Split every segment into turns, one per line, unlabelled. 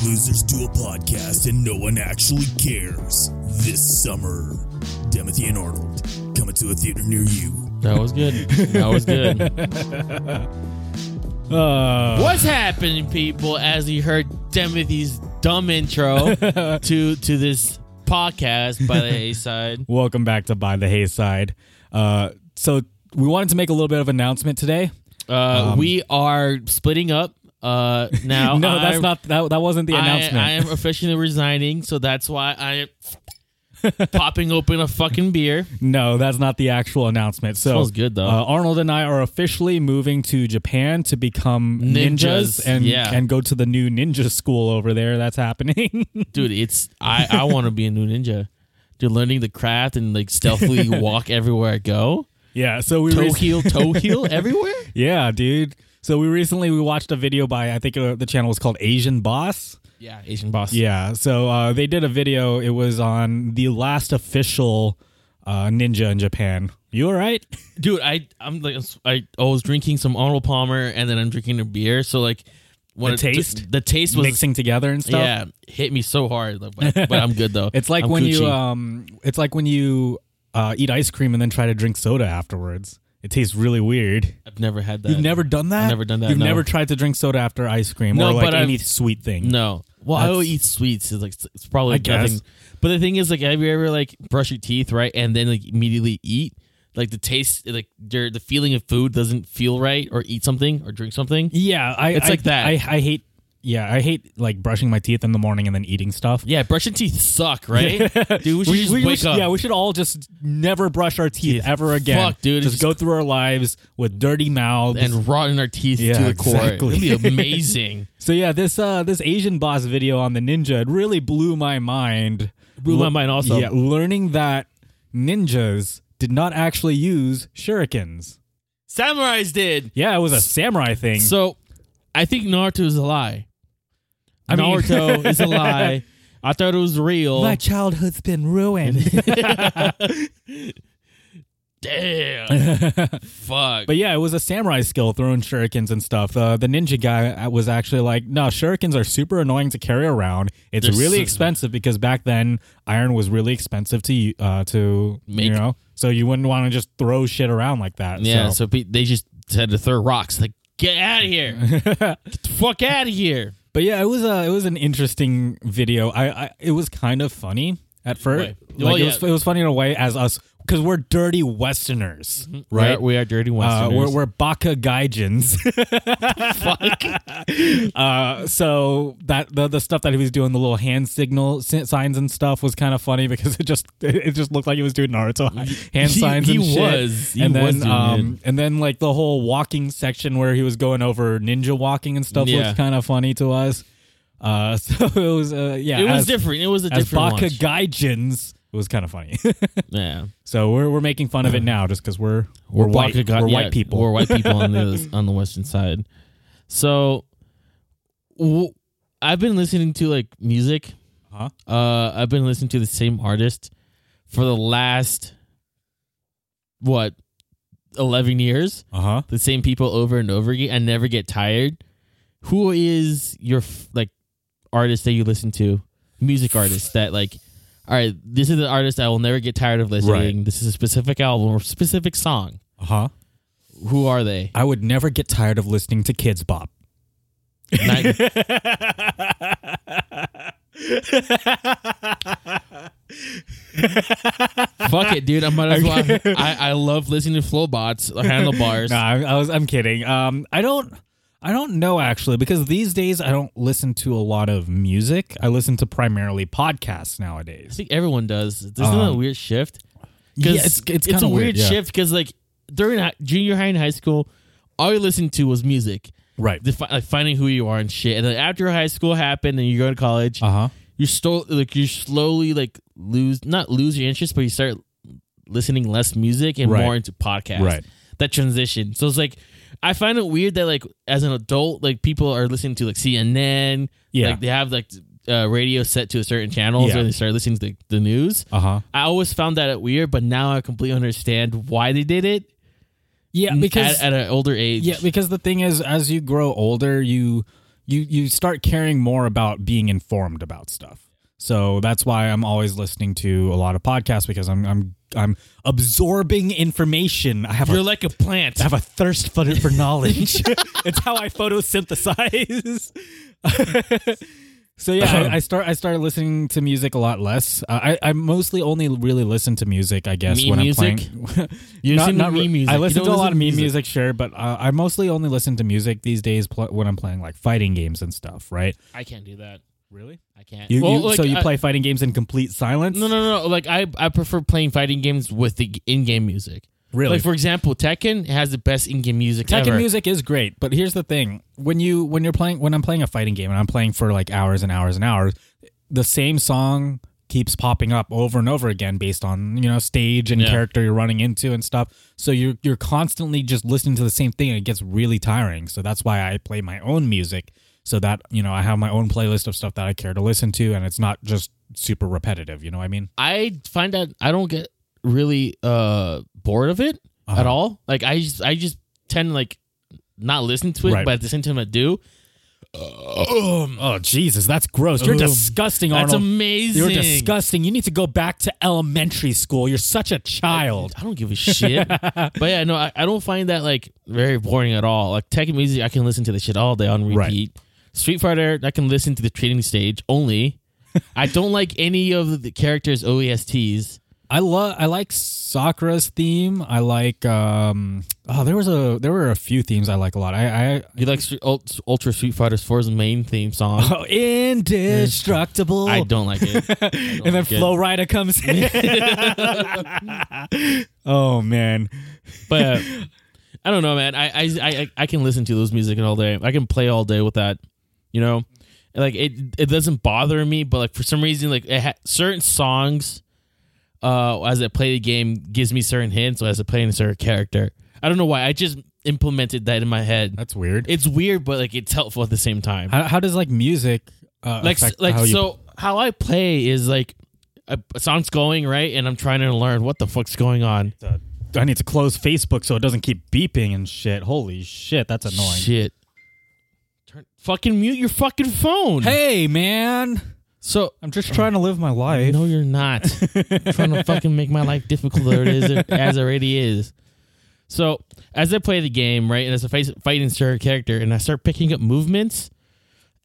a podcast and no one actually cares. This summer, Demethy and Arnold coming to a theater near you.
That was good. That was good.
Uh,
What's happening, people? As you heard Timothy's dumb intro to to this podcast by the Hayside.
Welcome back to By the Hayside. Uh, so we wanted to make a little bit of announcement today.
Uh, we are splitting up uh, now.
Um. no, that's
I'm-
not that, that wasn't the announcement.
I, I am officially resigning, so that's why I am popping open a fucking beer.
no, that's not the actual announcement. So
Smells good, though.
Uh, Arnold and I are officially moving to Japan to become ninjas,
Ninjas,
and
yeah.
and go to the new ninja school over there. That's happening.
Dude, it's I, I want to be a new ninja. Dude, learning the craft and like stealthily walk everywhere I go.
yeah. So we
Toe
rec-
heel, toe heel everywhere.
yeah, dude. So we recently we watched a video by I think uh, the channel was called Asian Boss.
Yeah, Asian boss.
Yeah. So uh, they did a video. It was on the last official uh, ninja in Japan. You all right?
dude i i'm like i, I was drinking some arnold palmer and then i'm drinking a beer so like when
The
it-
taste?
the taste was
Mixing together and stuff.
yeah hit me so hard like, but, but i'm good though
It's like
I'm
when you
Gucci.
um, it's like when you uh, eat ice cream and then try to drink soda afterwards. It tastes really weird.
i've never had that
You've never done that.
Uh, I've never done that,
You've
no.
never tried to drink soda after ice cream
No,
or like
but I've-
any sweet thing.
no well i
That's-
will eat sweets it's like it's probably
I
nothing
guess.
but the thing is like have you ever like brush your teeth right and then like immediately eat like the taste like your- the feeling of food doesn't feel right or eat something or drink something
Yeah, I,
It's
I-
like that.
I, I hate. Yeah, I hate like brushing my teeth in the morning and then eating stuff.
yeah brushing teeth suck right dude we should just wake
should-
up
Yeah, we should all just never brush our teeth
Teeth.
ever again.
Fuck, dude,
Just,
just-
go through our lives with dirty mouths.
and rotting our teeth to
Yeah,
the core.
exactly.
It'd be amazing.
so yeah, this uh this Asian boss video on the ninja it really blew my mind.
Blew my mind also.
Yeah, learning that ninjas did not actually use shurikens.
Samurais did.
Yeah, it was a samurai thing.
So I think Naruto is a lie.
I mean-
Naruto is a lie. I thought it was real.
childhood's been ruined.
Damn. Fuck.
but yeah, it was a samurai skill throwing shurikens and stuff. Uh, the ninja guy uh, was actually like, "No, shurikens are super annoying to carry around. It's
They're
really
su-
expensive because back then iron was really expensive to u- uh, to
Make.
you know, so you wouldn't want to just throw shit around like that.
yeah,
so.
so, pe they just had to throw rocks. Like, get out of here. get the fuck out of here.
but yeah, it was a it was an interesting video. I, I it was kind of funny at first.
Right.
Like
Well,
it, was,
yeah.
it was funny in a way as us because we're dirty Westerners, right?
We are, we are dirty
Uh,
Mm-hmm. Westerners.
we're, we're Baka Gaijins. Uh, so that the, the stuff that he was doing, the little hand signal si- signs and stuff, was kind of funny because it just it just looked like he was doing Naruto hand
He-
signs.
he
and shit.
was. He
and then
was doing
um, and then like the whole walking section where he was going over ninja walking and stuff
Yeah.
looked kind of funny to us. Uh, so it was uh, yeah,
it was
as,
different. It was a
as
different
Baka
watch.
Gaijins. It was kind of funny.
yeah.
so we're we're making fun of it now just because we're we're, white
Baka got-
we're
yeah,
white people.
We're white people on the on the western side. So, w- I've been listening to like music.
Huh?
Uh, I've been listening to the same artist for the last what eleven years.
Uh huh.
The same people over and over again. I never get tired. Who is your f- like artist that you listen to? Music artist that like. All right, this is an artist I will never get tired of listening. This is a specific album or specific song.
Uh huh.
Who are they?
I would never get tired of listening to Kids Bop.
Not- fuck it, dude. I might as well. I, I love listening to Flowbots, Handlebars.
No, I, I was. I'm kidding. Um, I don't. I don't know actually because these days I don't listen to a lot of music. I listen to primarily podcasts
I
nowadays.
think everyone does. Isn't that a
Um,
weird shift? 'Cause
Yeah, it's- it's
a
kinda weird, yeah.
shift because like during hi- junior high and high school, all you listened to was music,
Right.
Defi- like finding who you are and shit. And then after high school happened and you go to college,
Uh huh.
you stole like you slowly like lose not lose your interest, but you start listening less music and
Right.
more into podcasts.
Right.
That transition. So it's like I find it weird that like as an adult, like people are listening to like CNN.
Yeah.
Like they have like uh, radio set to a certain channel,
Yeah.
so they start listening to the, the news.
Uh huh.
I always found that weird, but now I completely understand why they did it
Yeah, Mm.
at, at an older age.
Yeah, because the thing is, as you grow older, you you you start caring more about being informed about stuff. So that's why I'm always listening to a lot of podcasts because I'm I'm I'm absorbing information. I have
You're
a,
like a plant.
I have a thirst for, for knowledge. it's how I photosynthesize. so yeah,
Uh-huh.
I, I start I started listening to music a lot less. Uh, I I mostly only really listen to music, I guess,
Meme
when
music?
I'm playing.
You listen to meme
re-
music.
I
You
listen
don't
to a lot
listen
of
to
meme music,
music.
sure, but uh, I mostly only listen to music these days pl- when I'm playing like fighting games and stuff, right?
I can't do that.
Really?
I can't.
You,
Well,
you-
like,
so you
I-
play fighting games in complete silence?
No, no, no. no. Like I, I prefer playing fighting games with the in-game music.
Really?
Like for example, Tekken has the best in-game music
Tekken
ever.
music is great, but here's the thing: when you when you're playing when I'm playing a fighting game and I'm playing for like hours and hours and hours, the same song keeps popping up over and over again based on you know stage and
Yeah.
character you're running into and stuff. So you're you're constantly just listening to the same thing and it gets really tiring. So that's why I play my own music so that you know I have my own playlist of stuff that I care to listen to and it's not just super repetitive. You know what I mean?
I find that I don't get really uh bored of it
Uh-huh.
at all. Like I just I just tend to like not listen to it,
Right.
but at the same time I do.
Oh Jesus, that's gross! You're
Ugh.
disgusting,
That's
Arnold.
amazing.
You're disgusting. You need to go back to elementary school. You're such a child.
I don't give a shit. but yeah, no, I, I don't find that like very boring at all. Like Tekken music, I can listen to the shit all day on
Right.
repeat. Street Fighter, I can listen to the training stage only. I don't like any of the characters' E OESTs.
I love. I like Sakura's theme. I like. um Oh, there was a. There were a few themes I like a lot. I. I
You like Street, Ult- Ultra Street Fighter 4's main theme song.
oh, indestructible.
I don't like it.
and then
like it.
Flow Rider comes in. oh man,
But I don't know, man. I, I I I can listen to those music all day. I can play all day with that. You know, And, like it it doesn't bother me. But like for some reason, like it ha- certain songs, uh, as I play the game, gives me certain hints as I play a certain character. I don't know why. I just implemented that in my head.
that's weird.
It's weird, but like it's helpful at the same time.
How, how does like music? Uh,
Like
affect
like
how you-
so, how I play is like. A a song's going right, and I'm trying to learn what the fuck's going on.
I need to close Facebook so it doesn't keep beeping and shit. Holy shit, that's annoying.
Shit. Turn fucking mute your fucking phone.
Hey man.
So
I'm just trying to live my life.
no, you're not trying to fucking make my life difficult than it is as it already is. So as I play the game, right, and as a face fighting certain character, and I start picking up movements,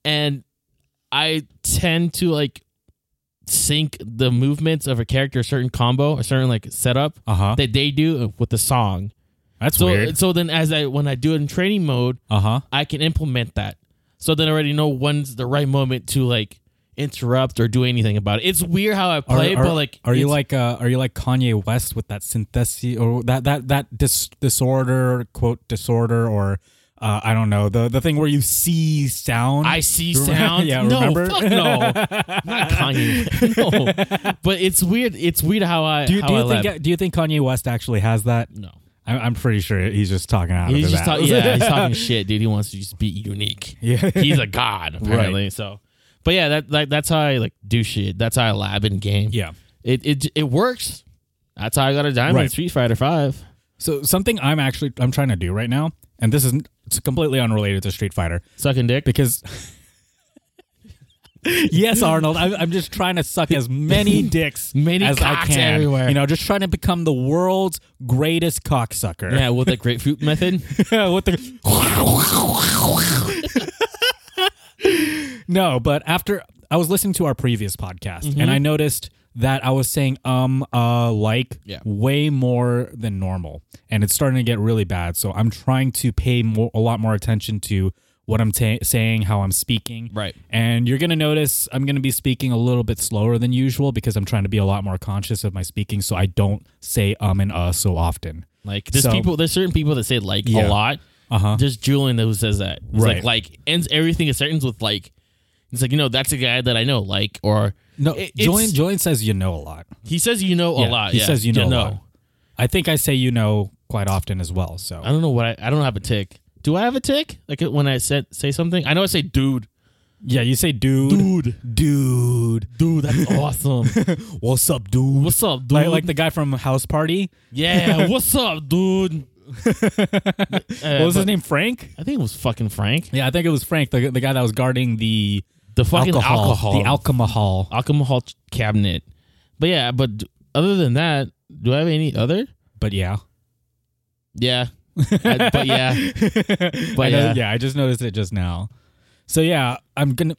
and I tend to like sync the movements of a character, a certain combo, a certain like setup
Uh huh.
that they do with the song.
That's
So
weird.
so then as I when I do it in training mode,
Uh huh.
I can implement that. So then I already know when's the right moment to like interrupt or do anything about it. It's weird how I play, but like,
are you
it's-
like, uh, are you like Kanye West with that synthesis or that that that dis- disorder quote disorder or uh, I don't know the the thing where you see sound?
I see sound?
Yeah,
no,
remember?
fuck no, not Kanye. no, but it's weird. It's weird how I
do you,
how
do
I
you
lab-
think do you think Kanye West actually has that?
no.
I'm, I'm pretty sure he's just talking out
He's
of his
just talking.
ass.
Yeah, he's talking shit, dude. He wants to just be unique.
Yeah.
he's a god apparently. So, but yeah, that, that that's how I like do shit. That's how I lab in game.
yeah.
it it it works. That's how I got a diamond in
Right.
Street Fighter Five.
So something I'm actually I'm trying to do right now, and this is it's completely unrelated to Street Fighter.
Sucking dick.
because yes arnold I'm, I'm just trying to suck as many dicks
Many
as i
cocks
can
everywhere.
you know just trying to become the world's greatest cocksucker
Yeah, with the grapefruit method.
what the no but after i was listening to our previous podcast
Mm-hmm.
and i noticed that i was saying um uh like
Yeah.
way more than normal and it's starting to get really bad so i'm trying to pay more, a lot more attention to what i'm ta- saying how i'm speaking
Right.
and you're going to notice I'm going to be speaking a little bit slower than usual because I'm trying to be a lot more conscious of my speaking so I don't say um and uh so often.
Like there's
So-
people, there's certain people that say like
Yeah.
a lot.
Uh huh.
There's Julian who says that. It's
Right.
Like, like ends everything a sentence with like. It's like you know that's a guy that I know. Like or
No,
It- it's-
Julian, Julian says you know a lot.
he says you know a lot.
He
yeah.
says you know,
Yeah,
a lot. I think I say you know quite often as well. So
I don't know what I, I don't have a tick. Do I have a tick? Like when I said say something, I know I say dude,
yeah, you say dude,
dude,
dude,
dude. That's awesome.
What's up, dude?
what's up, dude?
Like, like the guy from House Party.
yeah, what's up, dude? Uh,
what was
but-
his name? Frank?
I think it was fucking Frank.
Yeah, I think it was Frank, the, the guy that was guarding the
The fucking alcohol.
the alcohol.
alcohol ch- cabinet. But yeah, but d- other than that, do I have any other?
But yeah,
Yeah. I- but yeah.
I know-
yeah.
yeah, I just noticed it just now. So yeah, I'm gonna.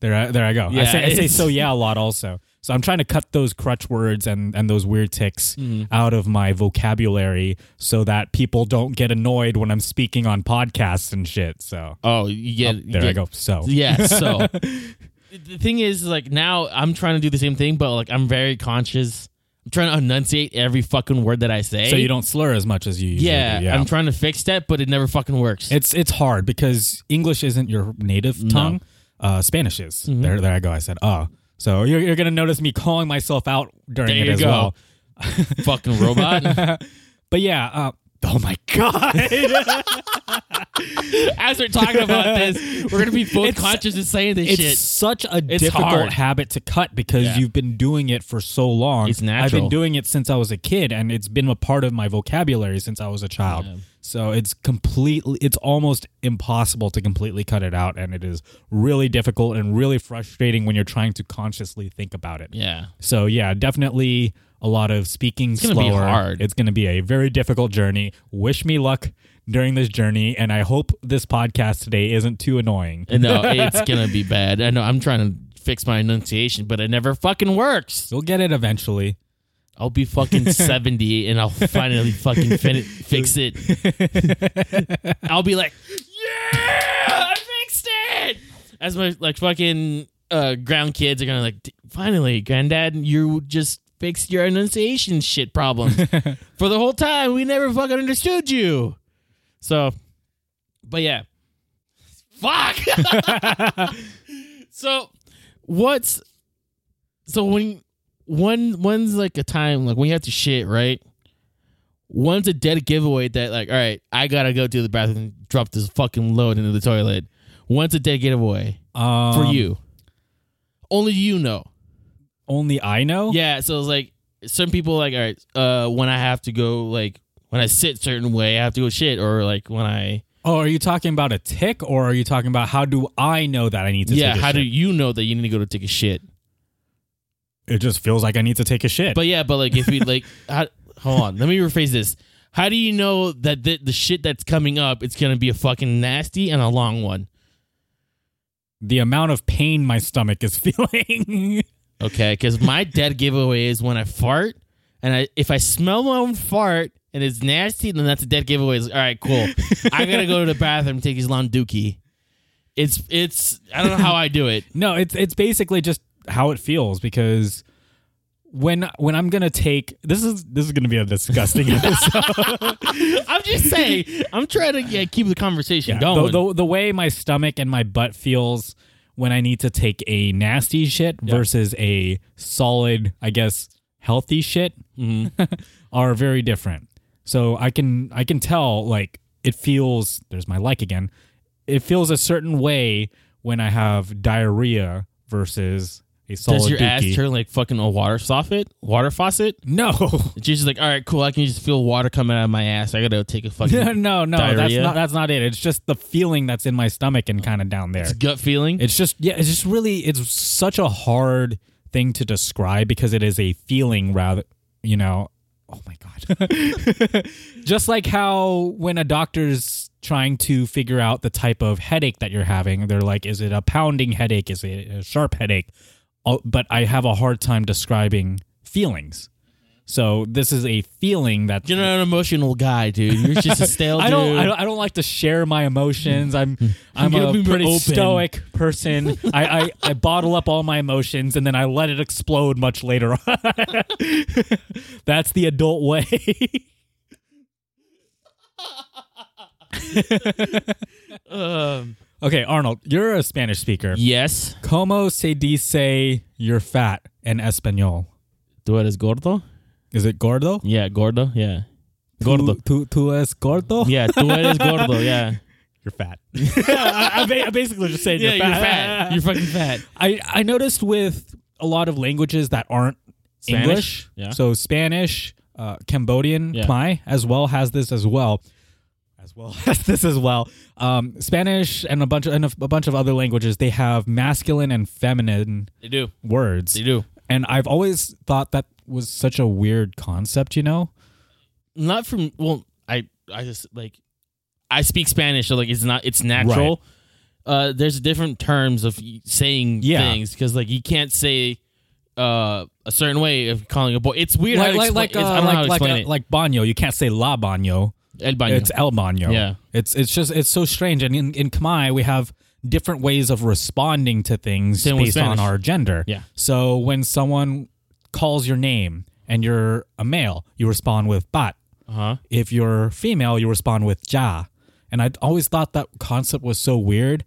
There, I, there I go. I
Yeah,
say, I say
it's-
so yeah a lot also. So I'm trying to cut those crutch words and and those weird ticks
Mhm.
out of my vocabulary so that people don't get annoyed when I'm speaking on podcasts and shit. So
Oh, you get, you
there I
get-
go. So
Yeah. So the thing is, like, now I'm trying to do the same thing, but like, I'm very conscious. I'm trying to enunciate every fucking word that I say.
so you don't slur as much as you usually
Yeah,
do. Yeah.
I'm trying to fix that, but it never fucking works.
It's it's hard because English isn't your native tongue. Uh, Spanish is.
Mm-hmm.
There, there I go. I said, uh. So you're, you're gonna notice me calling myself out during
There
it
you
as
go.
well.
fucking robot.
But yeah. Uh, oh my god.
As we're talking about this, we're gonna be both
It's-
conscious and saying this
it's
shit.
such a difficult
hard.
habit to cut because
Yeah.
you've been doing it for so long.
It's
I've been
natural.
doing it since I was a kid, and it's been a part of my vocabulary since I was a child. So it's completely, it's almost impossible to completely cut it out, and it is really difficult and really frustrating when you're trying to consciously think about it.
Yeah.
So yeah, definitely a lot of speaking
gonna be
slower.
hard.
It's going to be a very difficult journey. Wish me luck during this journey, and I hope this podcast today isn't too annoying.
And No, it's gonna be bad. I know. I'm trying to fix my enunciation, but it never fucking works.
You'll get it eventually.
I'll be fucking 70 and I'll finally fucking fin- fix it. I'll be like, yeah, I fixed it. As my like fucking uh, ground kids are gonna like, "D- finally, granddad, you just fixed your enunciation shit problem. For the whole time, we never fucking understood you. So, but yeah, fuck. so, what's so when one one's like a time like when you have to shit right one's a dead giveaway that like all right i gotta go to the bathroom and drop this fucking load into the toilet one's a dead giveaway
Um,
for you only you know
only I know.
yeah so it's like some people like all right uh when i have to go like when i sit certain way i have to go shit or like when i
Oh, are you talking about a tick, or are you talking about how do I know that I need to?
yeah
Take a
how do
shit?
you know that you need to go to take a shit
It just feels like I need to take a shit.
But yeah, but like if we like, how, hold on, let me rephrase this. How do you know that the, the shit that's coming up, it's gonna be a fucking nasty and a long one?
the amount of pain my stomach is feeling.
Okay, because my dead giveaway is when I fart, and I if I smell my own fart and it's nasty, then that's a dead giveaway. It's like, all right, cool. I gotta go to the bathroom, take his long dookie. It's it's I don't know how I do it.
No, it's it's basically just how it feels because when when I'm gonna take this is this is gonna be a disgusting episode.
I'm just saying, I'm trying to yeah, keep the conversation going.
the, the the way my stomach and my butt feels when I need to take a nasty shit versus a solid, I guess, healthy shit Mm-hmm. are very different. So I can I can tell like it feels there's my like again. It feels a certain way when I have diarrhea versus a solid
Does your
dookie.
ass turn like fucking a water faucet? Water faucet?
no.
She's just like, all right, cool. I can just feel water coming out of my ass. I gotta take a
no,
fucking
no, no. That's
Diarrhea?
not. That's not it. It's just the feeling that's in my stomach and kind of down there.
gut feeling.
It's just yeah. It's just really. It's such a hard thing to describe because it is a feeling rather. You know. Oh my god. just like how when a doctor's trying to figure out the type of headache that you're having, they're like, is it a pounding headache? Is it a sharp headache? Oh, but I have a hard time describing feelings. So this is a feeling that
You're not an emotional guy, dude. You're just a stale
I don't,
dude. Hmm.
I don't. I don't like to share my emotions. I'm. I'm
gotta
a
be more
pretty
open.
stoic person. I, I I bottle up all my emotions and then I let it explode much later on. That's the adult way.
Um,
okay, Arnold, you're a Spanish speaker.
yes.
Como se dice you're fat in Espanol?
Tú eres gordo?
Is it gordo?
Yeah, gordo. Yeah. Gordo.
Tu, tu, tu es gordo?
Yeah, tú eres gordo. Yeah.
You're fat. I, I ba- I basically just saying
Yeah,
you're
you're fat. You're fucking fat.
I, I noticed with a lot of languages that aren't
Spanish?
English,
Yeah.
so Spanish, uh, Cambodian
Yeah.
Khmer as well has this as well, as well as this as well. Um, Spanish and a bunch of and a, a bunch of other languages they have masculine and feminine
They do.
words,
They do.
and I've always thought that was such a weird concept. You know,
Not from well, I I just like I speak Spanish, so like it's not it's natural. Uh there's different terms of y- saying
Yeah.
things cuz like you can't say uh a certain way of calling a boy. It's weird how to
like
expla-
like like
it's- I
uh,
don't know how
like
to
like,
explain
uh,
it.
like baño. You can't say la baño.
El baño.
It's El Bano.
Yeah.
It's it's just it's so strange. And in, in Khmer we have different ways of responding to things
Same with
based on
Spanish.
our gender.
Yeah.
So when someone calls your name and you're a male, you respond with bat.
uh-huh.
If you're female, you respond with ja. And I always thought that concept was so weird.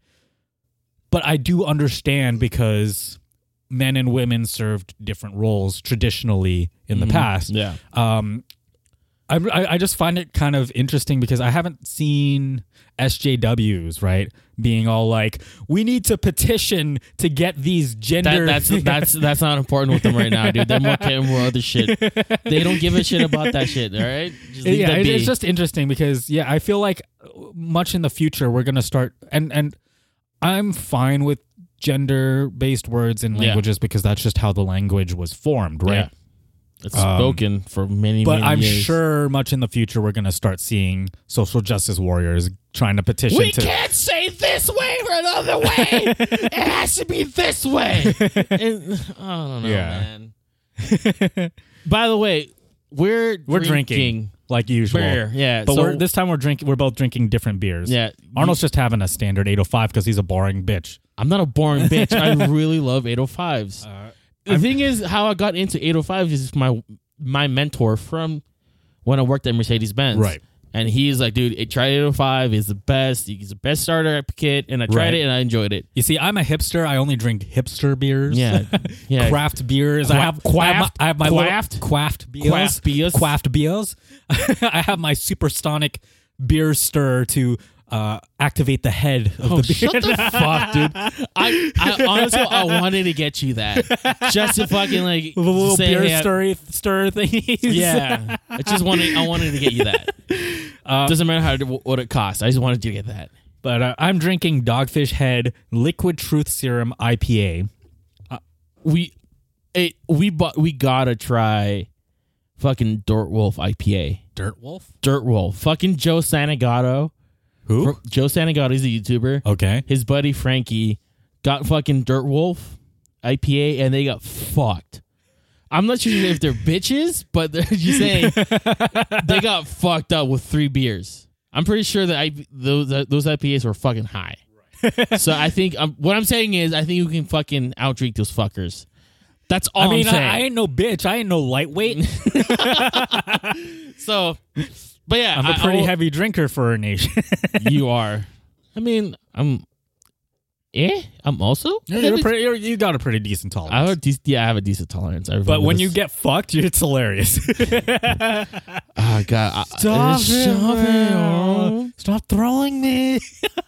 But I do understand because men and women served different roles traditionally in the past.
Mm-hmm. Yeah.
Um, I, I I just find it kind of interesting because I haven't seen SJWs right being all like, we need to petition to get these
That,
gender.
that's that's that's not important with them right now, dude. They're more caring more other shit. They don't give a shit about that shit. All right, just leave
yeah,
that
it-
be.
it's just interesting because yeah, I feel like much in the future we're gonna start and and I'm fine with gender based words in
Yeah.
languages because that's just how the language was formed, right?
Yeah. It's spoken for many,
But
many
I'm
years.
sure much in the future we're gonna start seeing social justice warriors trying to petition
we
to
can't say this way or another way. it has to be this way. And- I don't know,
Yeah.
man. By the way, we're
We're drinking, like usual.
beer. Yeah,
But
so-
we're, this time we're drinking. We're both drinking different beers.
Yeah,
Arnold's just having a standard 805 because he's a boring bitch.
I'm not a boring bitch. I really love 805s.
Uh,
the thing is, how I got into 805s is my my mentor from when I worked at Mercedes Benz.
Right.
And he's like, dude, it- try 805 is the best. He's the best starter kit. And I tried
Right.
it and I enjoyed it.
You see, I'm a hipster. I only drink hipster beers.
Yeah. Yeah.
Craft beers. I have
Qua-
I have my- I have my little-
Quaft?
quaft beers.
Quaft beers.
Quaft beers. I have my supersonic beer stir to uh, activate the head of
Oh,
the beer.
shut the fuck, dude. I, I honestly, I wanted to get you that. Just to fucking like
the little
say,
beer
hey, I-
stir stir thingies.
Yeah. I just wanted, I wanted to get you that. Doesn't matter how what it costs. I just wanted you to get that.
But uh, I'm drinking Dogfish Head Liquid Truth Serum IPA.
we it, we bought we gotta try fucking Dirt Wolf IPA.
Dirt Wolf?
Dirt Wolf. Fucking Joe Sanagato.
Who?
Fr- Joe Sanagato is a YouTuber.
okay.
His buddy Frankie got fucking Dirt Wolf IPA and they got fucked. I'm not sure if they're bitches, but they're just saying they got fucked up with three beers. I'm pretty sure that I, those uh, those IPAs were fucking high. so I think um, what I'm saying is I think you can fucking outdrink those fuckers. That's all
I mean,
am saying.
I, I ain't no bitch. I ain't no lightweight.
so, but yeah,
I'm
I-
a
I
pretty
will-
heavy drinker for a nation.
You are. I mean, I'm. Eh, I'm also.
You're pretty- you're- you got a pretty decent tolerance.
I have a dec- yeah, I have a decent tolerance. I
but
remember
when
this.
you get fucked, you're- it's hilarious.
oh god, I- I, Stop oh.
Stop throwing me.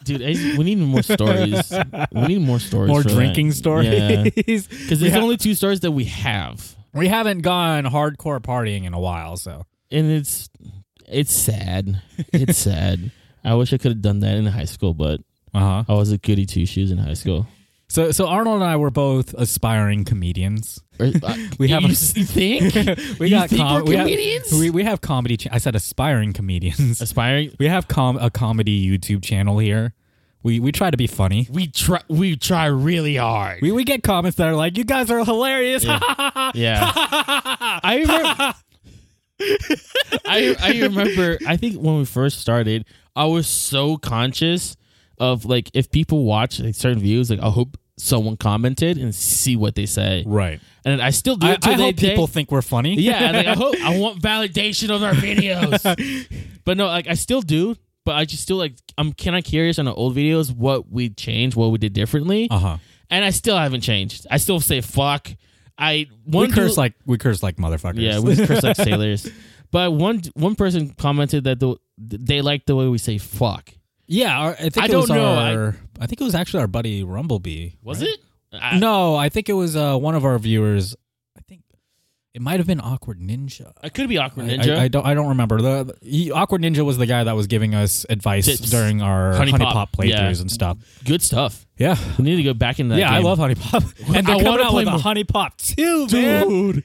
dude, I- we need more stories. we need more stories.
More
for that.
drinking stories.
Yeah, because
we,
there's
ha-
only two stories that we have,
we haven't gone hardcore partying in a while, so.
and it's it's sad. It's sad. I wish I could have done that in high school, but
Uh huh.
I was a goody two shoes in high school.
So, so Arnold and I were both aspiring comedians.
Or- I-
We have
you
a-
s- you think
we
You
got
think
com-
we're
we have-
comedians?
we, we have comedy. Cha- I said aspiring comedians.
aspiring.
we have com- a comedy YouTube channel here. We we try to be funny.
We try. We try really hard.
We we get comments that are like, "You guys are hilarious."
Yeah. I remember. I I remember. I think when we first started, I was so conscious of like if people watch like certain views, like I hope someone commented and see what they say,
right.
and I still do
I,
it to
I
they
hope people think we're funny.
yeah, like I hope I want validation of our videos, but no, like I still do. But I just still like I'm kind of curious on the old videos what we changed, what we did differently,
Uh huh.
and I still haven't changed. I still say fuck. I one
We curse
dude-
like we curse like motherfuckers.
yeah, we curse like sailors. But one one person commented that the, they like the way we say fuck.
yeah. Our, I think
I
it
don't
was
know, I-
Our, I, think it was actually our buddy Rumblebee.
Was
right?
it? I,
no, I think it was uh, one of our viewers. I think It might have been Awkward Ninja.
I could be awkward
I-
ninja.
I, I don't. I don't remember. The, the- he, Awkward Ninja was the guy that was giving us advice
Tips.
during our
Honey
Honey,
Pop.
Pop, playthroughs
Yeah.
and stuff.
Good stuff.
Yeah,
We need to go back into that.
yeah. I
game.
love Honey Pop, and
I
they're
wanna
coming out
play
with a
more.
Honey Pop too, man.
dude.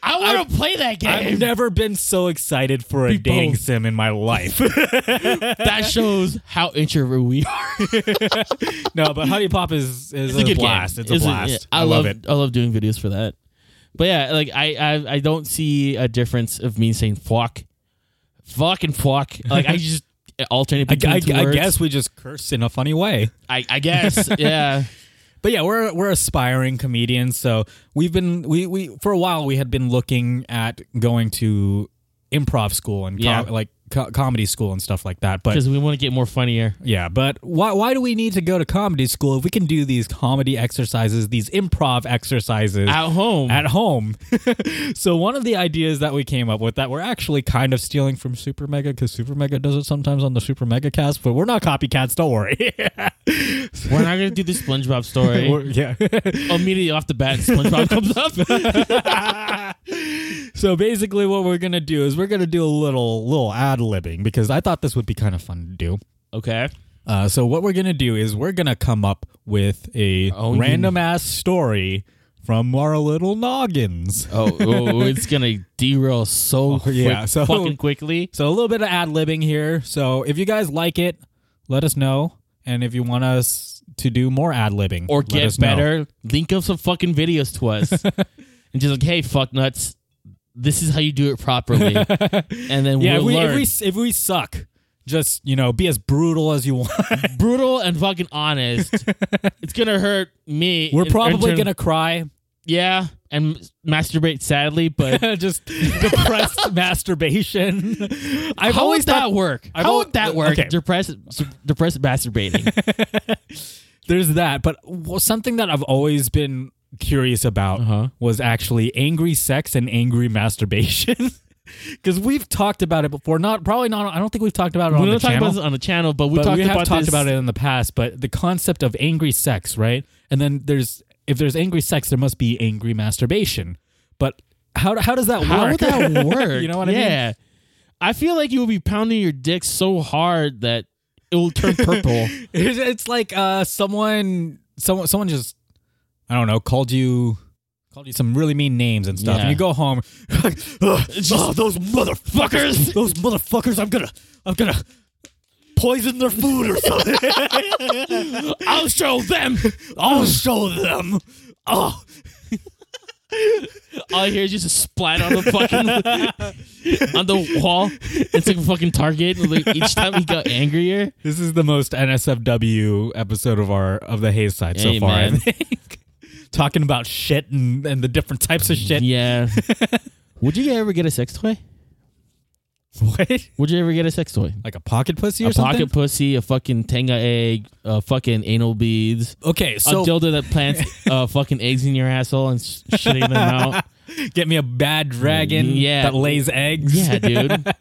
I want to play that
I've
game.
never been so excited for a dating
bold.
sim in my life.
that shows how introvert we are.
no, but Honey Pop is is a, blast. It's a blast.
yeah,
I, love it.
I love doing videos for that. But yeah, like I, I, I don't see a difference of me saying fuck, fuck and fuck. Like I just alternate
I,
between
I-
two
I
words.
guess we just curse in a funny way.
I, I guess. yeah.
But yeah, we're we're aspiring comedians, so we've been we we for a while we had been looking at going to improv school and
Yeah.
com- like co- comedy school and stuff like that. But
Because we want to get more funnier.
yeah, but why why do we need to go to comedy school if we can do these comedy exercises, these improv exercises?
At home.
at home. so one of the ideas that we came up with that we're actually kind of stealing from Super Mega because Super Mega does it sometimes on the Super Mega Cast, but we're not copycats. Don't worry.
We're not gonna do the SpongeBob
We're-
story.
yeah.
Immediately off the bat, SpongeBob comes up.
so basically, what we're gonna do is we're gonna do a little little ad libbing because I thought this would be kind of fun to do.
okay.
Uh, so what we're gonna do is we're gonna come up with a
Oh, you-
random ass story from our little noggins.
Oh, oh, it's gonna derail Oh, so quick,
yeah, so-
fucking quickly.
So a little bit of ad libbing here. So if you guys like it, let us know. And if you want us to do more ad libbing
Or
let
get
us know.
better. Link up some fucking videos to us, and just like, hey, fuck nuts, this is how you do it properly, and then
yeah,
we'll learn.
if, we, if we if we suck, just you know, be as brutal as you want.
Brutal and fucking honest. it's gonna hurt me.
We're
in- in
probably
turn-
gonna cry.
yeah, and masturbate sadly, but
just depressed masturbation. I've
how
always
would that
thought
work?
I've
how
al-
would that work?
okay.
Depressed, depressed masturbating.
there's that, but well, something that I've always been curious about
Uh-huh.
was actually angry sex and angry masturbation. Because we've talked about it before, not probably not. I don't think we've talked about it
we
on the
don't talk
channel.
about this on the channel, but we
but
talked
we have
about
talked
this.
about it in the past. But the concept of angry sex, right? And then there's if there's angry sex, there must be angry masturbation. But how how does that
How would
work?
that work?
you know what I
yeah.
mean?
Yeah. I feel like you will be pounding your dick so hard that it will turn purple.
It's, it's like uh, someone, someone, someone just, I don't know, called you, called you some really mean names and stuff,
Yeah.
and you go home, like, "Ugh, oh, those motherfuckers, those motherfuckers, I'm gonna, I'm gonna poison their food or something.
I'll show them.
I'll show them. Oh,
All I hear is just a splat on the fucking on the wall. It's like a fucking target. Like, each time he got angrier.
this is the most NSFW episode of our of the Hayes side
Hey,
so far. I
man.
think. Talking about shit and, and the different types of shit.
Yeah. Would you ever get a sex toy?
What?
Would you ever get a sex toy?
Like a pocket pussy or
A
something?
pocket pussy, a fucking tanga egg, a fucking anal beads,
okay, so
a dildo that plants uh, fucking eggs in your asshole and sh- shitting them out.
Get me a bad dragon
Yeah.
that lays eggs.
Yeah, dude.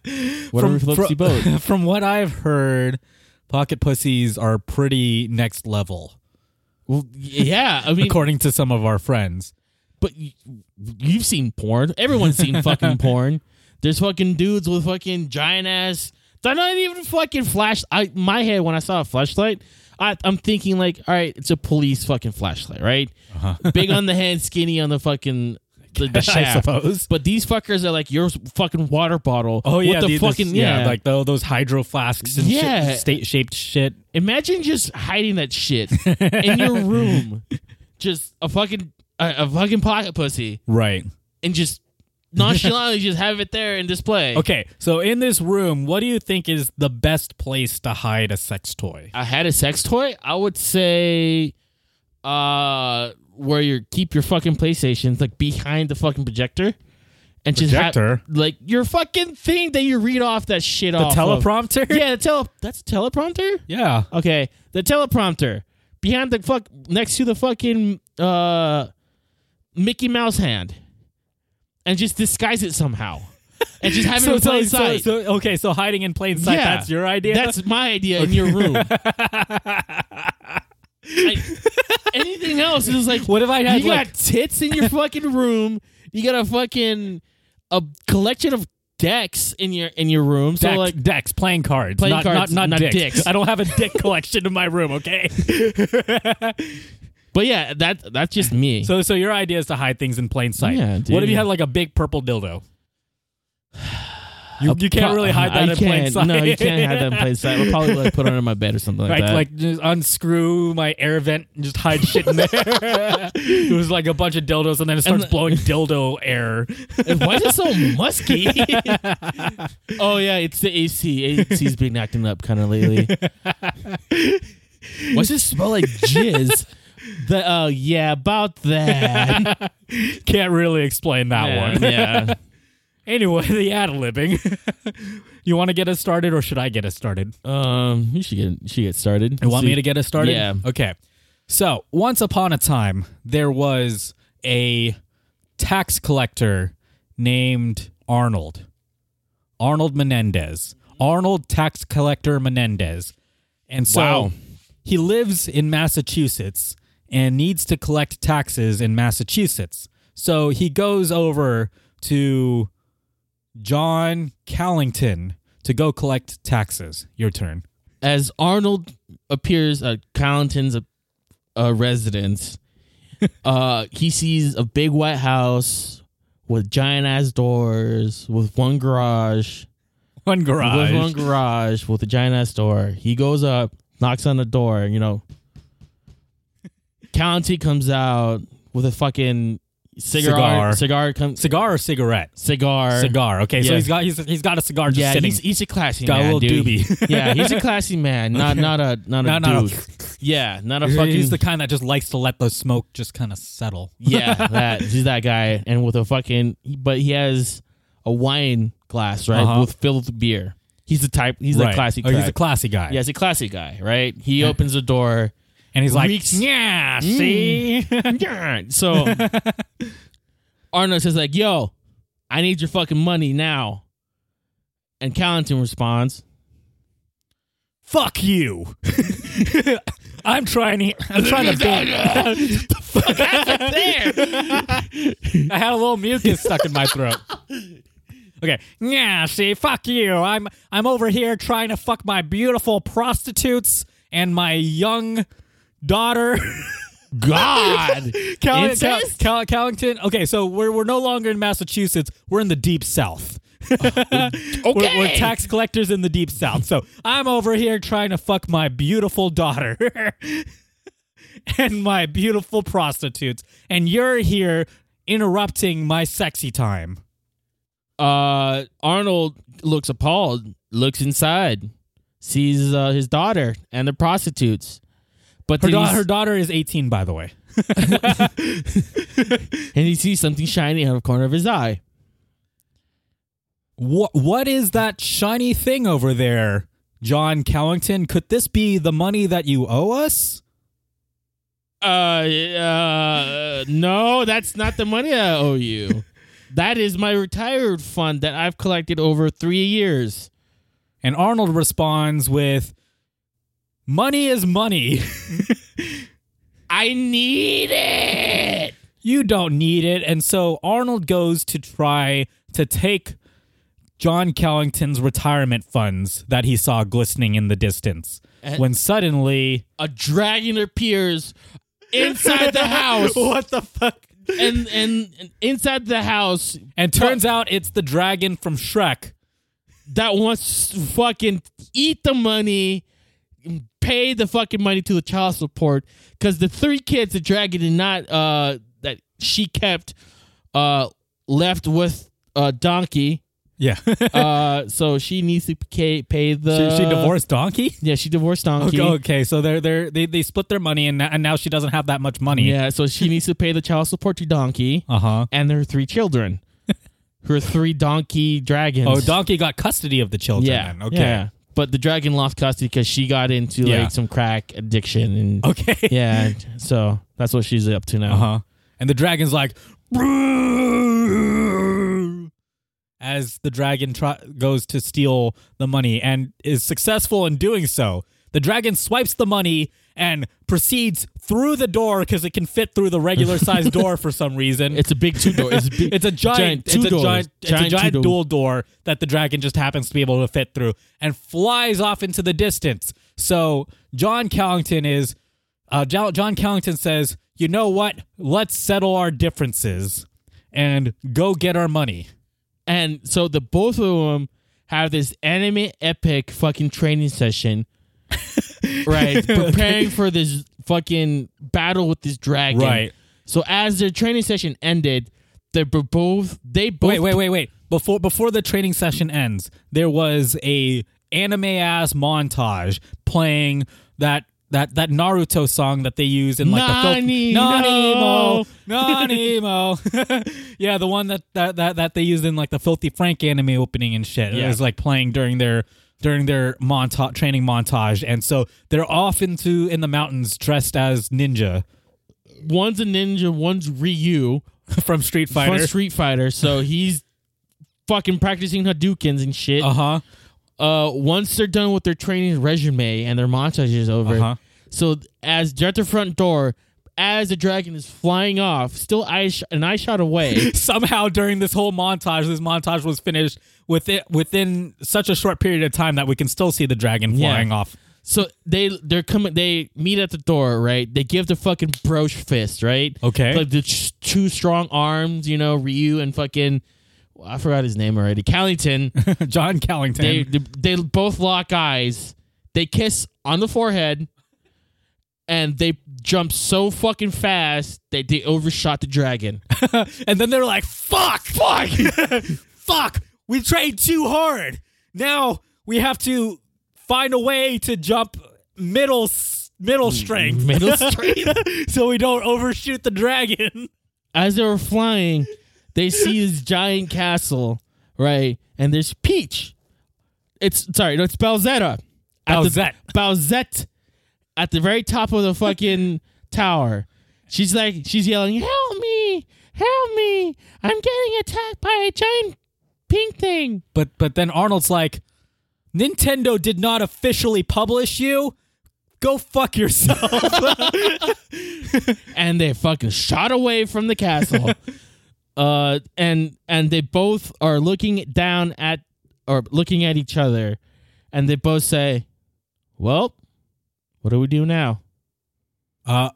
Whatever floats your boat.
from what I've heard, pocket pussies are pretty next level,
Well, yeah, I mean,
according to some of our friends.
but you, you've seen porn. Everyone's seen fucking porn. There's fucking dudes with fucking giant ass. They're not even fucking flash. I my head when I saw a flashlight, I, I'm thinking like, all right, it's a police fucking flashlight, right? Big on the head, skinny on the fucking the, the
I
shaft.
suppose.
But these fuckers are like your fucking water bottle.
Oh yeah,
with the,
the- this-
fucking yeah.
like tho- those hydro flasks and
Yeah.
shit, state shaped shit.
Imagine just hiding that shit in your room, just a fucking a, a fucking pocket pussy.
Right.
and just nonchalantly just have it there and display.
Okay, so in this room, what do you think is the best place to hide a sex toy?
I had a sex toy. I would say, uh, where you keep your fucking PlayStations like behind the fucking projector, and just have-
Projector?
like your fucking thing that you read off that shit
The
off of.
teleprompter?
Yeah, the tele. That's a teleprompter.
Yeah.
Okay, the teleprompter behind the fuck next to the fucking uh Mickey Mouse hand, and just disguise it somehow, and just have it in plain
so,
sight.
so- okay, so hiding in plain sight,
Yeah.
that's your idea?
That's my idea in your room. I- anything else is like
What if I had
you
like
got tits in your fucking room you got a fucking a collection of decks in your in your room. So
Dex,
like
Dex, playing cards,
Playing
not,
cards,
not,
not
not, dicks.
dicks.
I don't have a dick collection in my room, okay?
but yeah, that that's just me.
so, so your idea is to hide things in plain sight.
Yeah,
What if
dude.
you had like a big purple dildo? You, you can't
Pro-
really hide that
I
in plain
can't.
sight.
No, you can't hide that in plain sight. We'll probably like put it under my bed or something like,
Like,
that.
like just unscrew my air vent and just hide shit in there. it was like a bunch of dildos, and then it starts
the-
blowing dildo air.
Why is it so musky? oh yeah, it's the AC. AC's been acting up kind of lately. What's it smell like jizz? The oh yeah, about that.
Can't really explain that
yeah,
one.
yeah.
Anyway, the ad libbing. you want to get us started, or should I get us started?
Um, you should get you should get started.
You want me to get us started?
Yeah.
Okay. So, once upon a time, there was a tax collector named Arnold. Arnold Menendez. Arnold Tax Collector Menendez. And so
Wow.
he lives in Massachusetts and needs to collect taxes in Massachusetts. So he goes over to John Callington to go collect taxes. Your turn.
as Arnold appears at Collington's uh, uh, residence, uh, he sees a big white house with giant ass doors, with one garage,
One garage.
with one garage, with a giant ass door. He goes up, knocks on the door, you know. County comes out with a fucking cigar,
Cigar.
cigar, comes
cigar or cigarette?
cigar,
Cigar. Okay,
Yeah.
so he's got he's, he's got a cigar just
Yeah,
sitting.
he's, he's a classy
Got a
man,
little
dude.
doobie.
yeah, he's a classy man, not not a not a
Not- not a-
dude. yeah, not a fucking.
he's the kind that just likes to let the smoke just kind of settle.
yeah, that he's that guy, and with a fucking. But he has a wine glass, right,
Uh-huh.
with filled with beer. He's the type. He's the
Right.
classic.
Oh,
type.
he's a classy guy.
yeah, he's a classy guy, right? He opens the door.
and he's like,
reeks- Mm.
yeah, see,
Yeah, So Arnold says like, "Yo, I need your fucking money now." And Callington responds,
fuck you. I'm trying to. I'm trying to. Bend.
"There."
I had a little mucus stuck in my throat. Okay. Yeah, see, fuck you. I'm I'm over here trying to fuck my beautiful prostitutes and my young daughter.
God.
Cal- Cal-
Incest?
Cal- Callington. Okay, so we're we're no longer in Massachusetts. We're in the deep south. We're, we're tax collectors in the deep south. So I'm over here trying to fuck my beautiful daughter and my beautiful prostitutes, and you're here interrupting my sexy time.
uh, Arnold looks appalled, looks inside, sees uh, his daughter and the prostitutes. But
Her,
then
da-
he s-
her daughter is 18, by the way.
and he sees something shiny out of the corner of his eye.
What what is that shiny thing over there, John Callington? Could this be the money that you owe us?
Uh, uh, no, that's not the money I owe you. that is my retired fund that I've collected over three years.
And Arnold responds with, "Money is money.
I need it.
you don't need it." And so Arnold goes to try to take John Callington's retirement funds that he saw glistening in the distance.
And-
when suddenly,
A dragon appears inside the house,
what the fuck?
and, and and inside the house
And turns out it's the dragon from Shrek.
that wants to fucking eat the money, pay the fucking money to the child support because the three kids the dragon did not uh that she kept uh left with uh donkey
Yeah,
uh so she needs to pay, pay the
she, she divorced Donkey.
yeah she divorced Uh, donkey
Okay, okay, so they're they're they, they split their money and, now- and now she doesn't have that much money.
yeah so she needs to pay the child support to donkey
Uh huh.
and their three children her three donkey dragons
Oh, Donkey got custody of the children.
yeah
Then. Okay.
yeah. but the dragon lost custody because she got into
Yeah. Oh,
like some crack addiction and
Okay.
yeah, Uh-huh. so that's what she's up to now.
Uh huh. And the dragon's like, "Brrrr," as the dragon try- goes to steal the money and is successful in doing so. The dragon swipes the money and proceeds through the door because it can fit through the regular sized door for some reason.
It's a big two door. It's a, big,
It's a giant,
two
it's a
doors.
giant, it's a giant
two
dual door that the dragon just happens to be able to fit through and flies off into the distance. So John Callington is, uh, Jo- John Callington says, you know what? Let's settle our differences and go get our money.
And so the both of them have this anime epic fucking training session, right? Preparing for this fucking battle with this dragon.
Right.
So as their training session ended, they were both they both
Wait, wait, wait, wait. Before before the training session ends, there was a anime ass montage playing that that that Naruto song that they use in like
Nani,
the
no.
Nanimo Nanimo. yeah, the one that, that that that they used in like the Filthy Frank anime opening and shit. It
Yeah.
was like playing during their during their montage training montage, and so they're off into in the mountains dressed as ninja
one's a ninja, one's Ryu
from Street
from
Fighter.
Street Fighter. So he's fucking practicing Hadoukens and shit.
uh huh.
uh, once they're done with their training resume and their montage is over,
Uh-huh.
so th- as they're at the front door, as the dragon is flying off, still eye sh- an eye shot away,
somehow during this whole montage, this montage was finished with it within such a short period of time that we can still see the dragon
Yeah.
flying off.
so they they're coming. They meet at the door, right? They give the fucking broche fist, right?
Okay.
like the ch- two strong arms, you know, Ryu and fucking. I forgot his name already. Callington.
John Callington.
they, they they both lock eyes. They kiss on the forehead, and they jump so fucking fast that they overshot the dragon.
and then they're like, fuck, fuck, fuck, we trained too hard. Now we have to find a way to jump middle s- middle strength.
Middle strength.
so we don't overshoot the dragon.
As they were flying, they see this giant castle, right? And there's Peach. It's sorry, no, it's Balzetta. At the-
Balzette.
Balzette at the very top of the fucking tower. She's like, she's yelling, "Help me! Help me! I'm getting attacked by a giant pink thing."
But but then Arnold's like, Nintendo did not officially publish you. Go fuck yourself.
and they fucking shot away from the castle. uh, and and they both are looking down at or looking at each other, and they both say, "Well, what do we do now?"
Uh,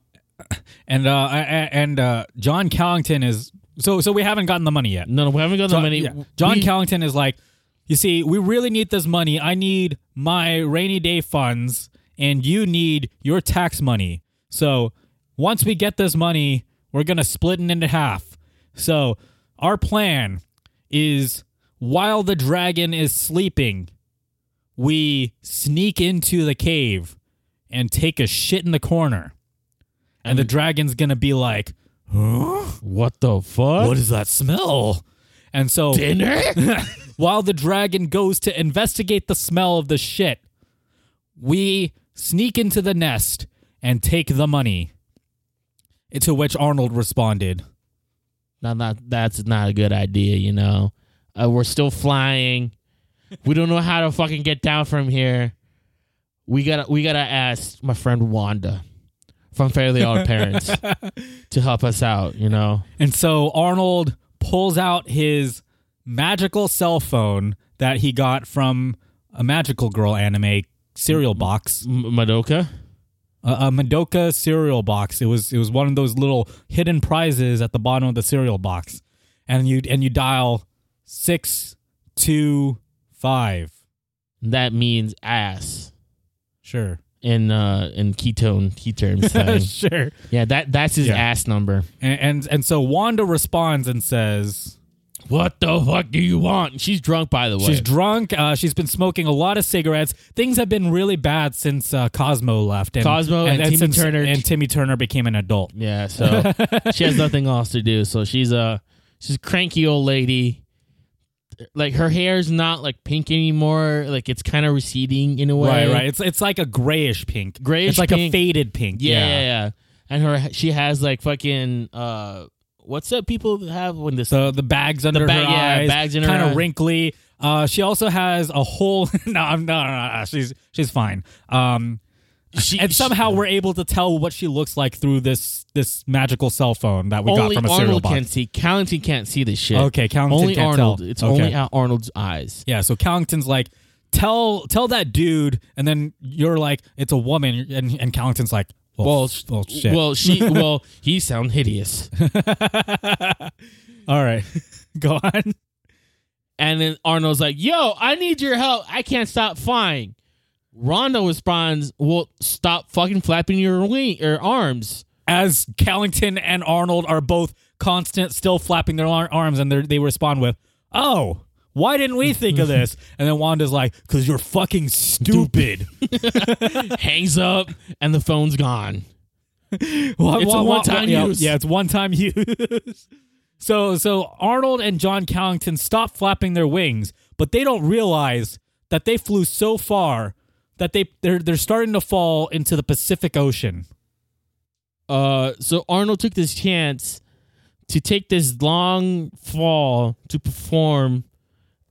and uh, I- I- and uh, John Callington is so so we haven't gotten the money yet.
No, no, we haven't got the
John,
money.
yeah. John
we,
Callington is like, you see, we really need this money. I need my rainy day funds, and you need your tax money. So once we get this money, we're gonna split it into half. So our plan is while the dragon is sleeping, we sneak into the cave and take a shit in the corner. And the dragon's gonna be like,
what the fuck?
What is that smell? And so
dinner?
while the dragon goes to investigate the smell of the shit, we sneak into the nest and take the money. To which Arnold responded,
no, not that's not a good idea. You know, uh, we're still flying. We don't know how to fucking get down from here. We gotta we gotta ask my friend Wanda from Fairly Odd Parents to help us out. You know,
And so Arnold pulls out his magical cell phone that he got from a magical girl anime cereal box,
M- Madoka.
a, a Madoka cereal box. It was it was one of those little hidden prizes at the bottom of the cereal box, and you and you dial six two five.
That means ass
Sure,
in uh in ketone key terms. thing.
sure.
yeah, that that's his
Yeah.
ass number.
And, and and so Wanda responds and says.
What the fuck do you want? She's drunk, by the way.
She's drunk. Uh, she's been smoking a lot of cigarettes. Things have been really bad since uh, Cosmo left. And,
Cosmo and Timmy
since-
Turner.
and Timmy Turner became an adult.
Yeah, so she has nothing else to do. So she's a she's a cranky old lady. Like her hair's not like pink anymore. Like it's kind of receding in a way.
Right, right. It's it's like a grayish pink.
Grayish
It's like a
pink.
faded pink.
Yeah, yeah, yeah. And her she has like fucking uh what's that people have when this
So the bags under
bag-
her
yeah,
eyes,
bags in her
kind
eye.
of wrinkly. Uh, she also has a whole. no, I'm no, no, no, no, she's she's fine. Um,
She,
and somehow we're able to tell what she looks like through this this magical cell phone that we got
only
from a cereal
Arnold
box.
can see. Callington can't see this shit.
Okay, Callington
only
can't
Arnold.
tell.
It's
Okay.
only out Arnold's eyes.
Yeah, so Callington's like, tell tell that dude, and then you're like, it's a woman, and and Callington's like, well,
Well,
f- well, shit.
Well, she. well, he sound hideous.
all right, go on.
And then Arnold's like, "Yo, I need your help. I can't stop flying." Rondo responds, "Well, stop fucking flapping your wing or arms."
As Callington and Arnold are both constant, still flapping their ar- arms, and they they respond with, oh. Why didn't we think of this? And then Wanda's like, "Cause you're fucking stupid."
Hangs up, and the phone's gone.
Well,
It's a
well, well,
one-time
yeah,
use.
Yeah, it's one time use. so so Arnold and John Callington stop flapping their wings, but they don't realize that they flew so far that they they're they're starting to fall into the Pacific Ocean.
Uh, so Arnold took this chance to take this long fall to perform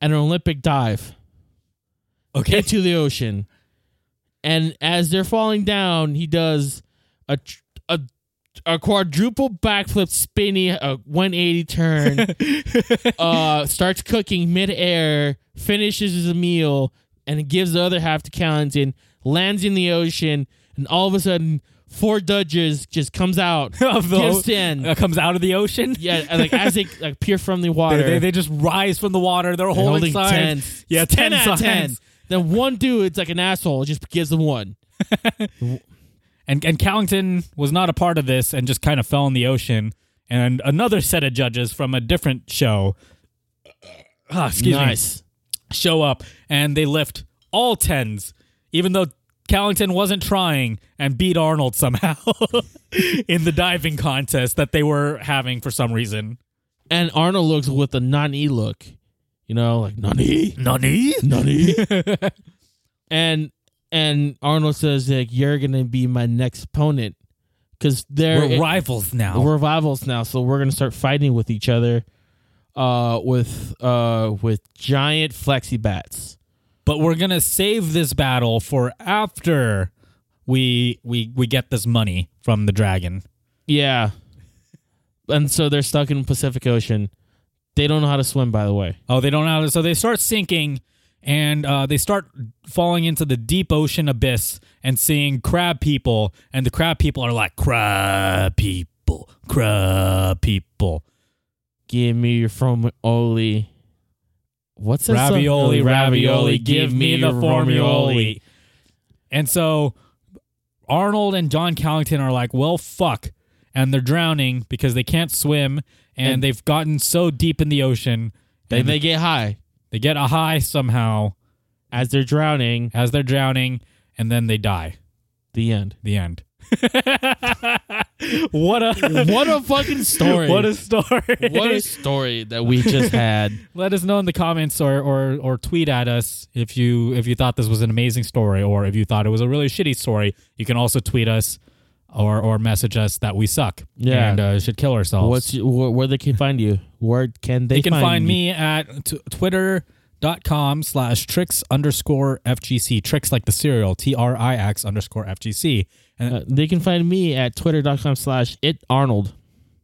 an Olympic dive
Okay.
into the ocean, and as they're falling down, he does a tr- a, a quadruple backflip, spinny, a one eighty turn. uh, starts cooking midair, finishes his meal, and gives the other half to Callington, lands in the ocean, and all of a sudden, four dudges just comes out,
Of the
gives
o-
in.
uh, comes out of the ocean.
yeah, and, like as they like, peer from the water,
They, they, they just rise from the water. They're
they're
holding,
ten.
signs. Yeah, ten,
out of
signs.
ten. Then one dude's like an asshole, just gives them one.
And and Callington was not a part of this and just kind of fell in the ocean. And another set of judges from a different show. Ah, excuse me.
nice.
show up and they lift all tens, even though Callington wasn't trying and beat Arnold somehow in the diving contest that they were having for some reason.
And Arnold looks with a non-e look, you know, like non-e.
Nani?
Nutty. and and Arnold says like you're gonna be my next opponent because they're
We're rivals now.
we're rivals now, so we're gonna start fighting with each other. Uh, with uh, with giant flexi bats.
but we're gonna save this battle for after we we we get this money from the dragon.
Yeah, and so they're stuck in the Pacific Ocean. They don't know how to swim, by the way.
Oh, they don't know. how to- So they start sinking, and uh, they start falling into the deep ocean abyss, and seeing crab people, and the crab people are like crab people, crab people,
Give me your formioli. What's that song?
ravioli, ravioli, give me the formioli. And so Arnold and John Callington are like, well, fuck, and they're drowning because they can't swim, and,
And-
they've gotten so deep in the ocean,
Then
and
they get high
they get a high somehow
as they're drowning.
as they're drowning, and then they die.
The end.
The end. what a
what a fucking story.
what a story!
what a story that we just had.
Let us know in the comments or, or or tweet at us if you if you thought this was an amazing story or if you thought it was a really shitty story. You can also tweet us or or message us that we suck
Yeah.
and uh, should kill ourselves.
What's your, where, where they can find you? Where can they?
you can find
you?
me at t- twitter dot com slash tricks underscore fgc tricks like the cereal t r i x underscore fgc and
Uh, they can find me at twitter.com slash it Arnold.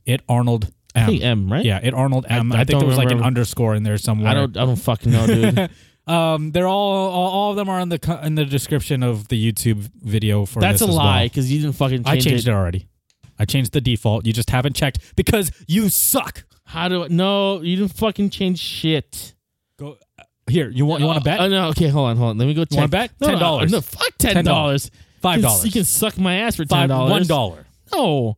it Arnold M.
I think M, right?
Yeah, it Arnold M.
I
I, think
don't
there was like an
remember.
underscore in there somewhere.
I don't. I don't fucking know, dude.
Um, they're all, all all of them are in the co- in the description of the YouTube video for
That's
this
a
as
lie
well.
because you didn't fucking change
I changed
it.
it. already. I changed the default. You just haven't checked because you suck.
How do? I, no, you didn't fucking change shit.
Go Uh, here. You want you want to bet
Oh no. Okay, hold on, hold on. Let me go. check.
wanna bet?
No, no,
$10.
No, fuck ten dollars.
five dollars?
You can suck my ass for ten
five
dollars.
one dollar.
No.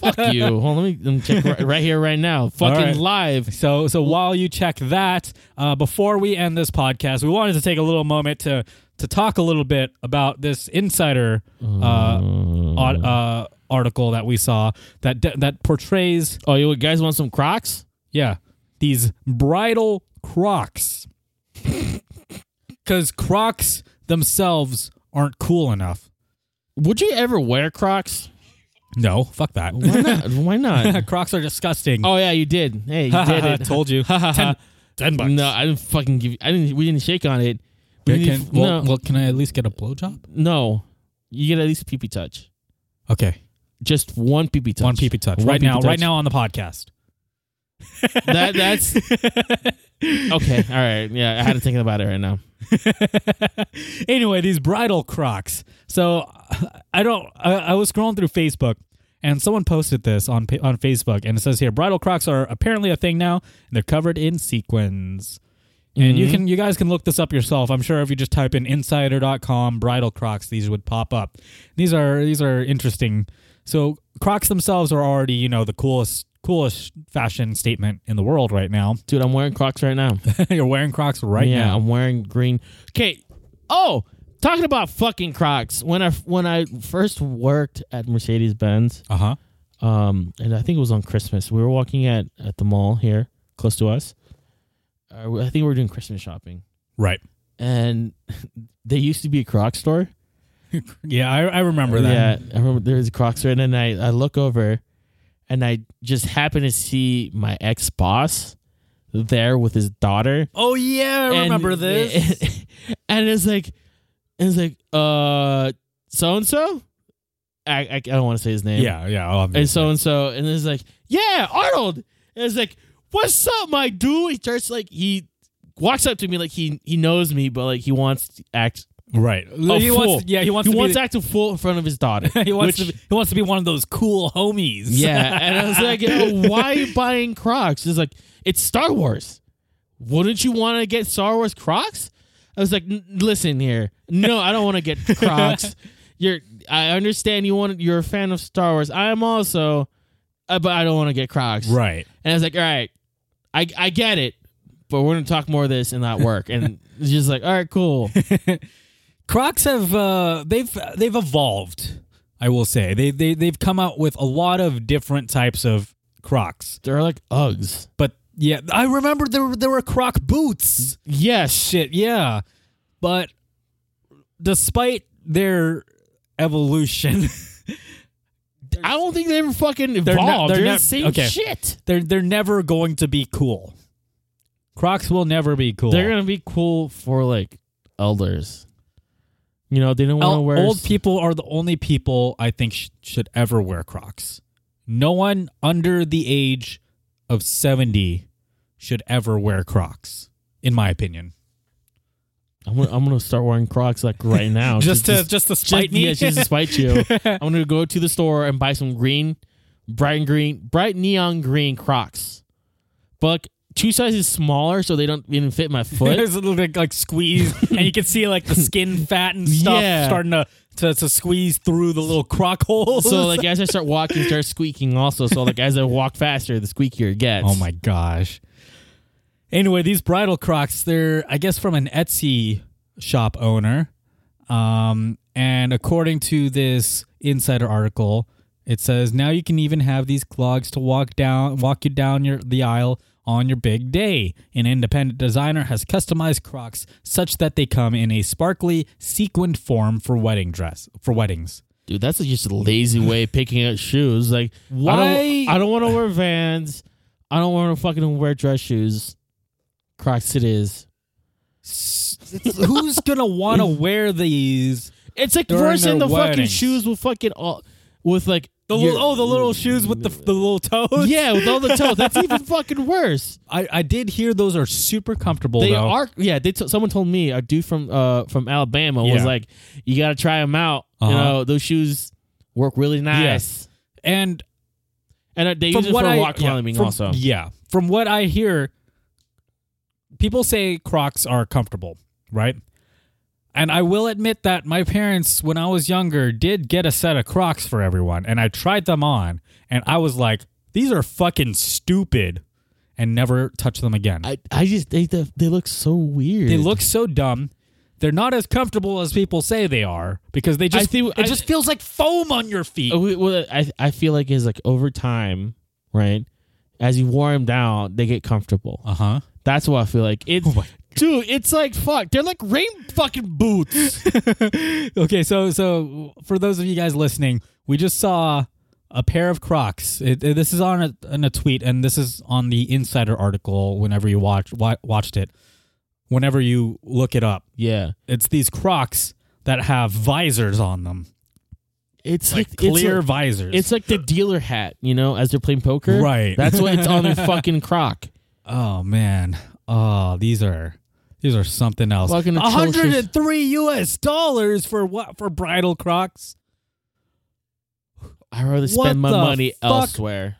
Fuck you. Hold on, let me, let me check right, right here, right now. Fucking
right.
live.
So so while you check that, uh, before we end this podcast, we wanted to take a little moment to to talk a little bit about this insider uh, aut- uh, article that we saw that de- that portrays
Oh, you guys want some Crocs?
Yeah. These bridal crocs. Because crocs themselves aren't cool enough.
Would you ever wear Crocs?
No, fuck that.
Why not? Why not?
crocs are disgusting.
oh yeah, you did. Hey, you did it.
Told you. Ten- ten bucks.
No, I didn't fucking give. I didn't. We didn't shake on it. We
Okay,
didn't-
can, well,
no,
well, can I at least get a blowjob?
no, you get at least a pee pee touch.
Okay,
Just one pee pee touch.
one peepee touch
One
right now,
pee-pee
right
touch.
now on the podcast.
That that's okay. All right. Yeah, I had to think about it right now.
anyway, these bridal Crocs. So I don't. I, I was scrolling through Facebook, and someone posted this on pa- on Facebook, and it says here, bridal Crocs are apparently a thing now. And they're covered in sequins. And you can you guys can look this up yourself. I'm sure if you just type in insider.com bridal crocs, these would pop up. These are these are interesting. So crocs themselves are already, you know, the coolest coolest fashion statement in the world right now.
Dude, I'm wearing Crocs right now.
You're wearing crocs right
yeah,
now.
I'm wearing green. Okay. Oh, talking about fucking Crocs. When I when I first worked at Mercedes Benz,
Uh-huh.
um, and I think it was on Christmas. We were walking at at the mall here, close to us. Uh, I think we were doing Christmas shopping,
Right.
and there used to be a Croc store.
Yeah, I, I remember that.
Yeah, I remember there was a Croc store, and then I, I look over, and I just happen to see my ex boss there with his daughter.
Oh yeah, I
And-
remember this.
And it's like, it's like, uh, so and so. I I I don't want to say his name.
yeah, yeah, oh,
And
obviously.
so and so, and it's like, yeah, Arnold. And it's like, what's up, my dude? He starts like he walks up to me like he he knows me, but like he wants to act.
right. he
Oh, fool.
wants yeah, he wants
He
to
wants
be,
to act a fool in front of his daughter.
he wants
which-
to be, he wants to be one of those cool homies.
Yeah, and I was like, oh, why are you buying Crocs? It's like it's Star Wars. Wouldn't you want to get Star Wars Crocs? I was like, "N- listen here, no, I don't want to get Crocs. You're, I understand you want, you're a fan of Star Wars. I am also, uh, but I don't want to get Crocs.
Right.
And I was like, all right, I, I get it, but we're gonna talk more of this and not work. And it's just like, all right, cool.
Crocs have uh, they've they've evolved. I will say they they they've come out with a lot of different types of Crocs.
They're like Uggs.
But yeah, I remember there were, there were Croc
Mm.
boots.
Yes.
Shit, yeah. But despite their evolution,
I don't think they ever fucking evolved.
They're
They're,
not- they're
the
not-
same
okay.
shit.
they're they're never going to be cool. Crocs will never be cool.
They're gonna be cool for like elders. You know, they don't want to
El-
wear
old people are the only people I think sh- should ever wear Crocs. No one under the age of 70 should ever wear Crocs, in my opinion.
I'm gonna, I'm gonna start wearing Crocs like right now,
Just to just to spite me.
Yeah, Oh, just to spite you. I'm gonna go to the store and buy some green, bright and green, bright neon green Crocs, but like, two sizes smaller, so they don't even fit my foot.
There's a little bit like squeeze, and you can see like the skin fat and stuff
Yeah.
starting to, to to squeeze through the little croc holes.
so like as I start walking, it starts squeaking also. So like as I walk faster, the squeakier it gets.
Oh my gosh. Anyway, these bridal crocs, they're I guess from an Etsy shop owner. Um, and according to this insider article, it says now you can even have these clogs to walk down walk you down your the aisle on your big day. An independent designer has customized crocs such that they come in a sparkly sequined form for wedding dress for weddings.
Dude, that's just a lazy way of picking out shoes. Like,
Why-
I don't, I don't want to wear Vans. I don't want to fucking wear dress shoes. Crocs it is.
Who's gonna wanna wear these?
It's like
During
worse than the
their
fucking
weddings.
shoes with fucking all with like
The
your-
little, oh, the little shoes with the, the little toes.
yeah with all the toes. That's even fucking worse.
I, I did hear those are super comfortable.
They
though.
are yeah. They t- someone told me a dude from uh from Alabama was
Yeah.
like, you gotta try them out. You
Uh-huh.
know those shoes work really nice.
Yes. and
And uh, they
from
use it
what
for
I
rock
yeah,
climbing
from-
also.
Yeah, from what I hear, people say Crocs are comfortable, right? And I will admit that my parents, when I was younger, did get a set of Crocs for everyone, and I tried them on, and I was like, "These are fucking stupid," and never touched them again.
I I just they they look so weird.
They look so dumb. They're not as comfortable as people say they are because they just
think- I-
it just feels like foam on your feet.
Uh, we- well, I I feel like is like over time, right? As you warm them down, they get comfortable.
Uh huh.
That's what I feel like. It's
Oh my-
dude, it's like fuck. They're like rain fucking boots.
okay, so so for those of you guys listening, we just saw a pair of Crocs. It, it- this is on a, on a tweet, and this is on the Insider article. Whenever you watch wa- watched it, whenever you look it up,
Yeah.
it's these Crocs that have visors on them,
It's
like
like,
clear
It's like,
visors.
it's like the dealer hat, you know, as they're playing poker.
Right.
That's what it's on their fucking croc.
oh man, oh these are these are something else.
Fucking
One
atrocious.
hundred and three U.S. dollars for what for bridal Crocs?
I rather
What
spend my
the
money
fuck?
elsewhere.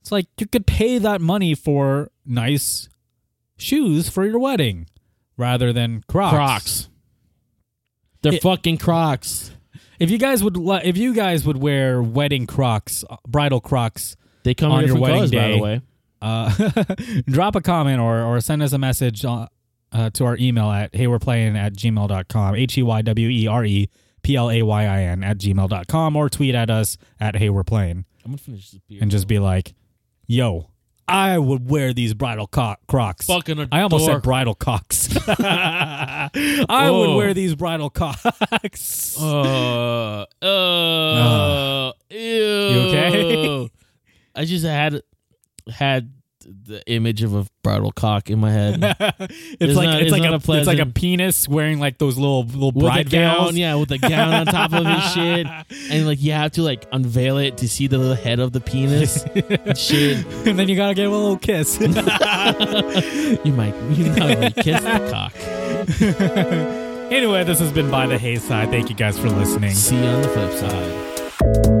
It's like you could pay that money for nice shoes for your wedding rather than Crocs.
Crocs. They're
It-
fucking Crocs.
If you guys would li- if you guys would wear wedding Crocs, uh, bridal Crocs,
They come
On
in
your
different colors, by
wedding
the
day.
way.
uh, drop a comment or or send us a message uh, uh, to our email at heyweplaying at gmail.com, H E Y W E R E P L A Y I N at gmail.com or tweet at us at heyweplaying
I'm gonna finish this beer.
and just be like, yo, I would wear these bridal co- Crocs.
fucking.
I almost
adore-
said bridal cocks. I would
Oh.
wear these bridal cocks.
Uh, uh, ew.
Ah. okay?
I just had had the image of a bridal cock in my head.
it's,
It's
like
not-
it's,
it's
like
not a
a, it's like a
pleasant-
penis wearing like those little little
with
bride
a gown,
veils.
yeah, with a gown on top of his shit, and like you have to like unveil it to see the little head of the penis. and shit,
and then you gotta give a little kiss.
you might you might really kiss the cock.
anyway, this has been by the Hayside. Thank you guys for listening.
See you on the flip side.